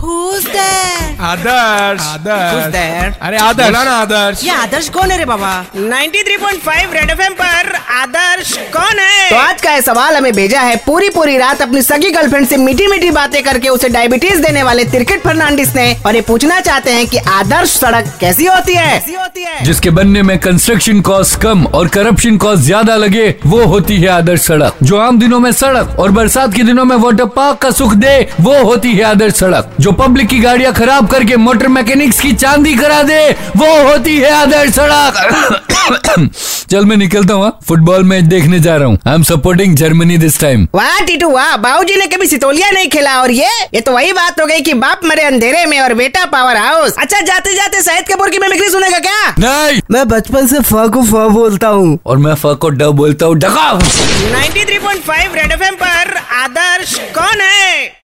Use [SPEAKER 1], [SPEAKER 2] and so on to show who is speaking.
[SPEAKER 1] who's there?
[SPEAKER 2] Adarsh
[SPEAKER 3] Who's
[SPEAKER 2] Adarsh
[SPEAKER 3] there?
[SPEAKER 4] Hani
[SPEAKER 2] अरे आदर्श बोला ना आदर्श
[SPEAKER 1] ये आदर्श कौन है रे बाबा
[SPEAKER 3] 93.5 रेड एफएम पर आदर्श कौन
[SPEAKER 4] तो
[SPEAKER 3] है
[SPEAKER 4] आज का ये सवाल हमें भेजा है पूरी पूरी रात अपनी सगी गर्लफ्रेंड से मीठी मीठी बातें करके उसे डायबिटीज देने वाले तिरकिट फर्नांडिस ने और ये पूछना चाहते हैं कि आदर्श सड़क कैसी होती है
[SPEAKER 5] जिसके बनने में कंस्ट्रक्शन कॉस्ट कम और करप्शन कॉस्ट ज्यादा लगे वो होती है आदर्श सड़क जो आम दिनों में सड़क और बरसात के दिनों में वाटर पार्क का सुख दे वो होती है आदर्श सड़क जो पब्लिक की गाड़ियां खराब करके मोटर मैकेनिक्स की चांदी करा दे वो होती है आदर्श सड़क चल मैं निकलता हूँ हाँ। फुटबॉल मैच देखने जा रहा हूँ I am supporting Germany this time
[SPEAKER 4] वाह टीटू वाह बाबूजी ने कभी सितोलिया नहीं खेला और ये ये तो वही बात हो गई कि बाप मरे अंधेरे में और बेटा पावर हाउस अच्छा जाते जाते शाहिद कपूर की मिमिक्री सुनेगा क्या
[SPEAKER 5] नहीं
[SPEAKER 4] मैं बचपन से फ को फ बोलता हूँ
[SPEAKER 5] और मैं फ को ड बोलता हूँ डका
[SPEAKER 3] 93.5 रेड एफएम पर आदर्श कौन है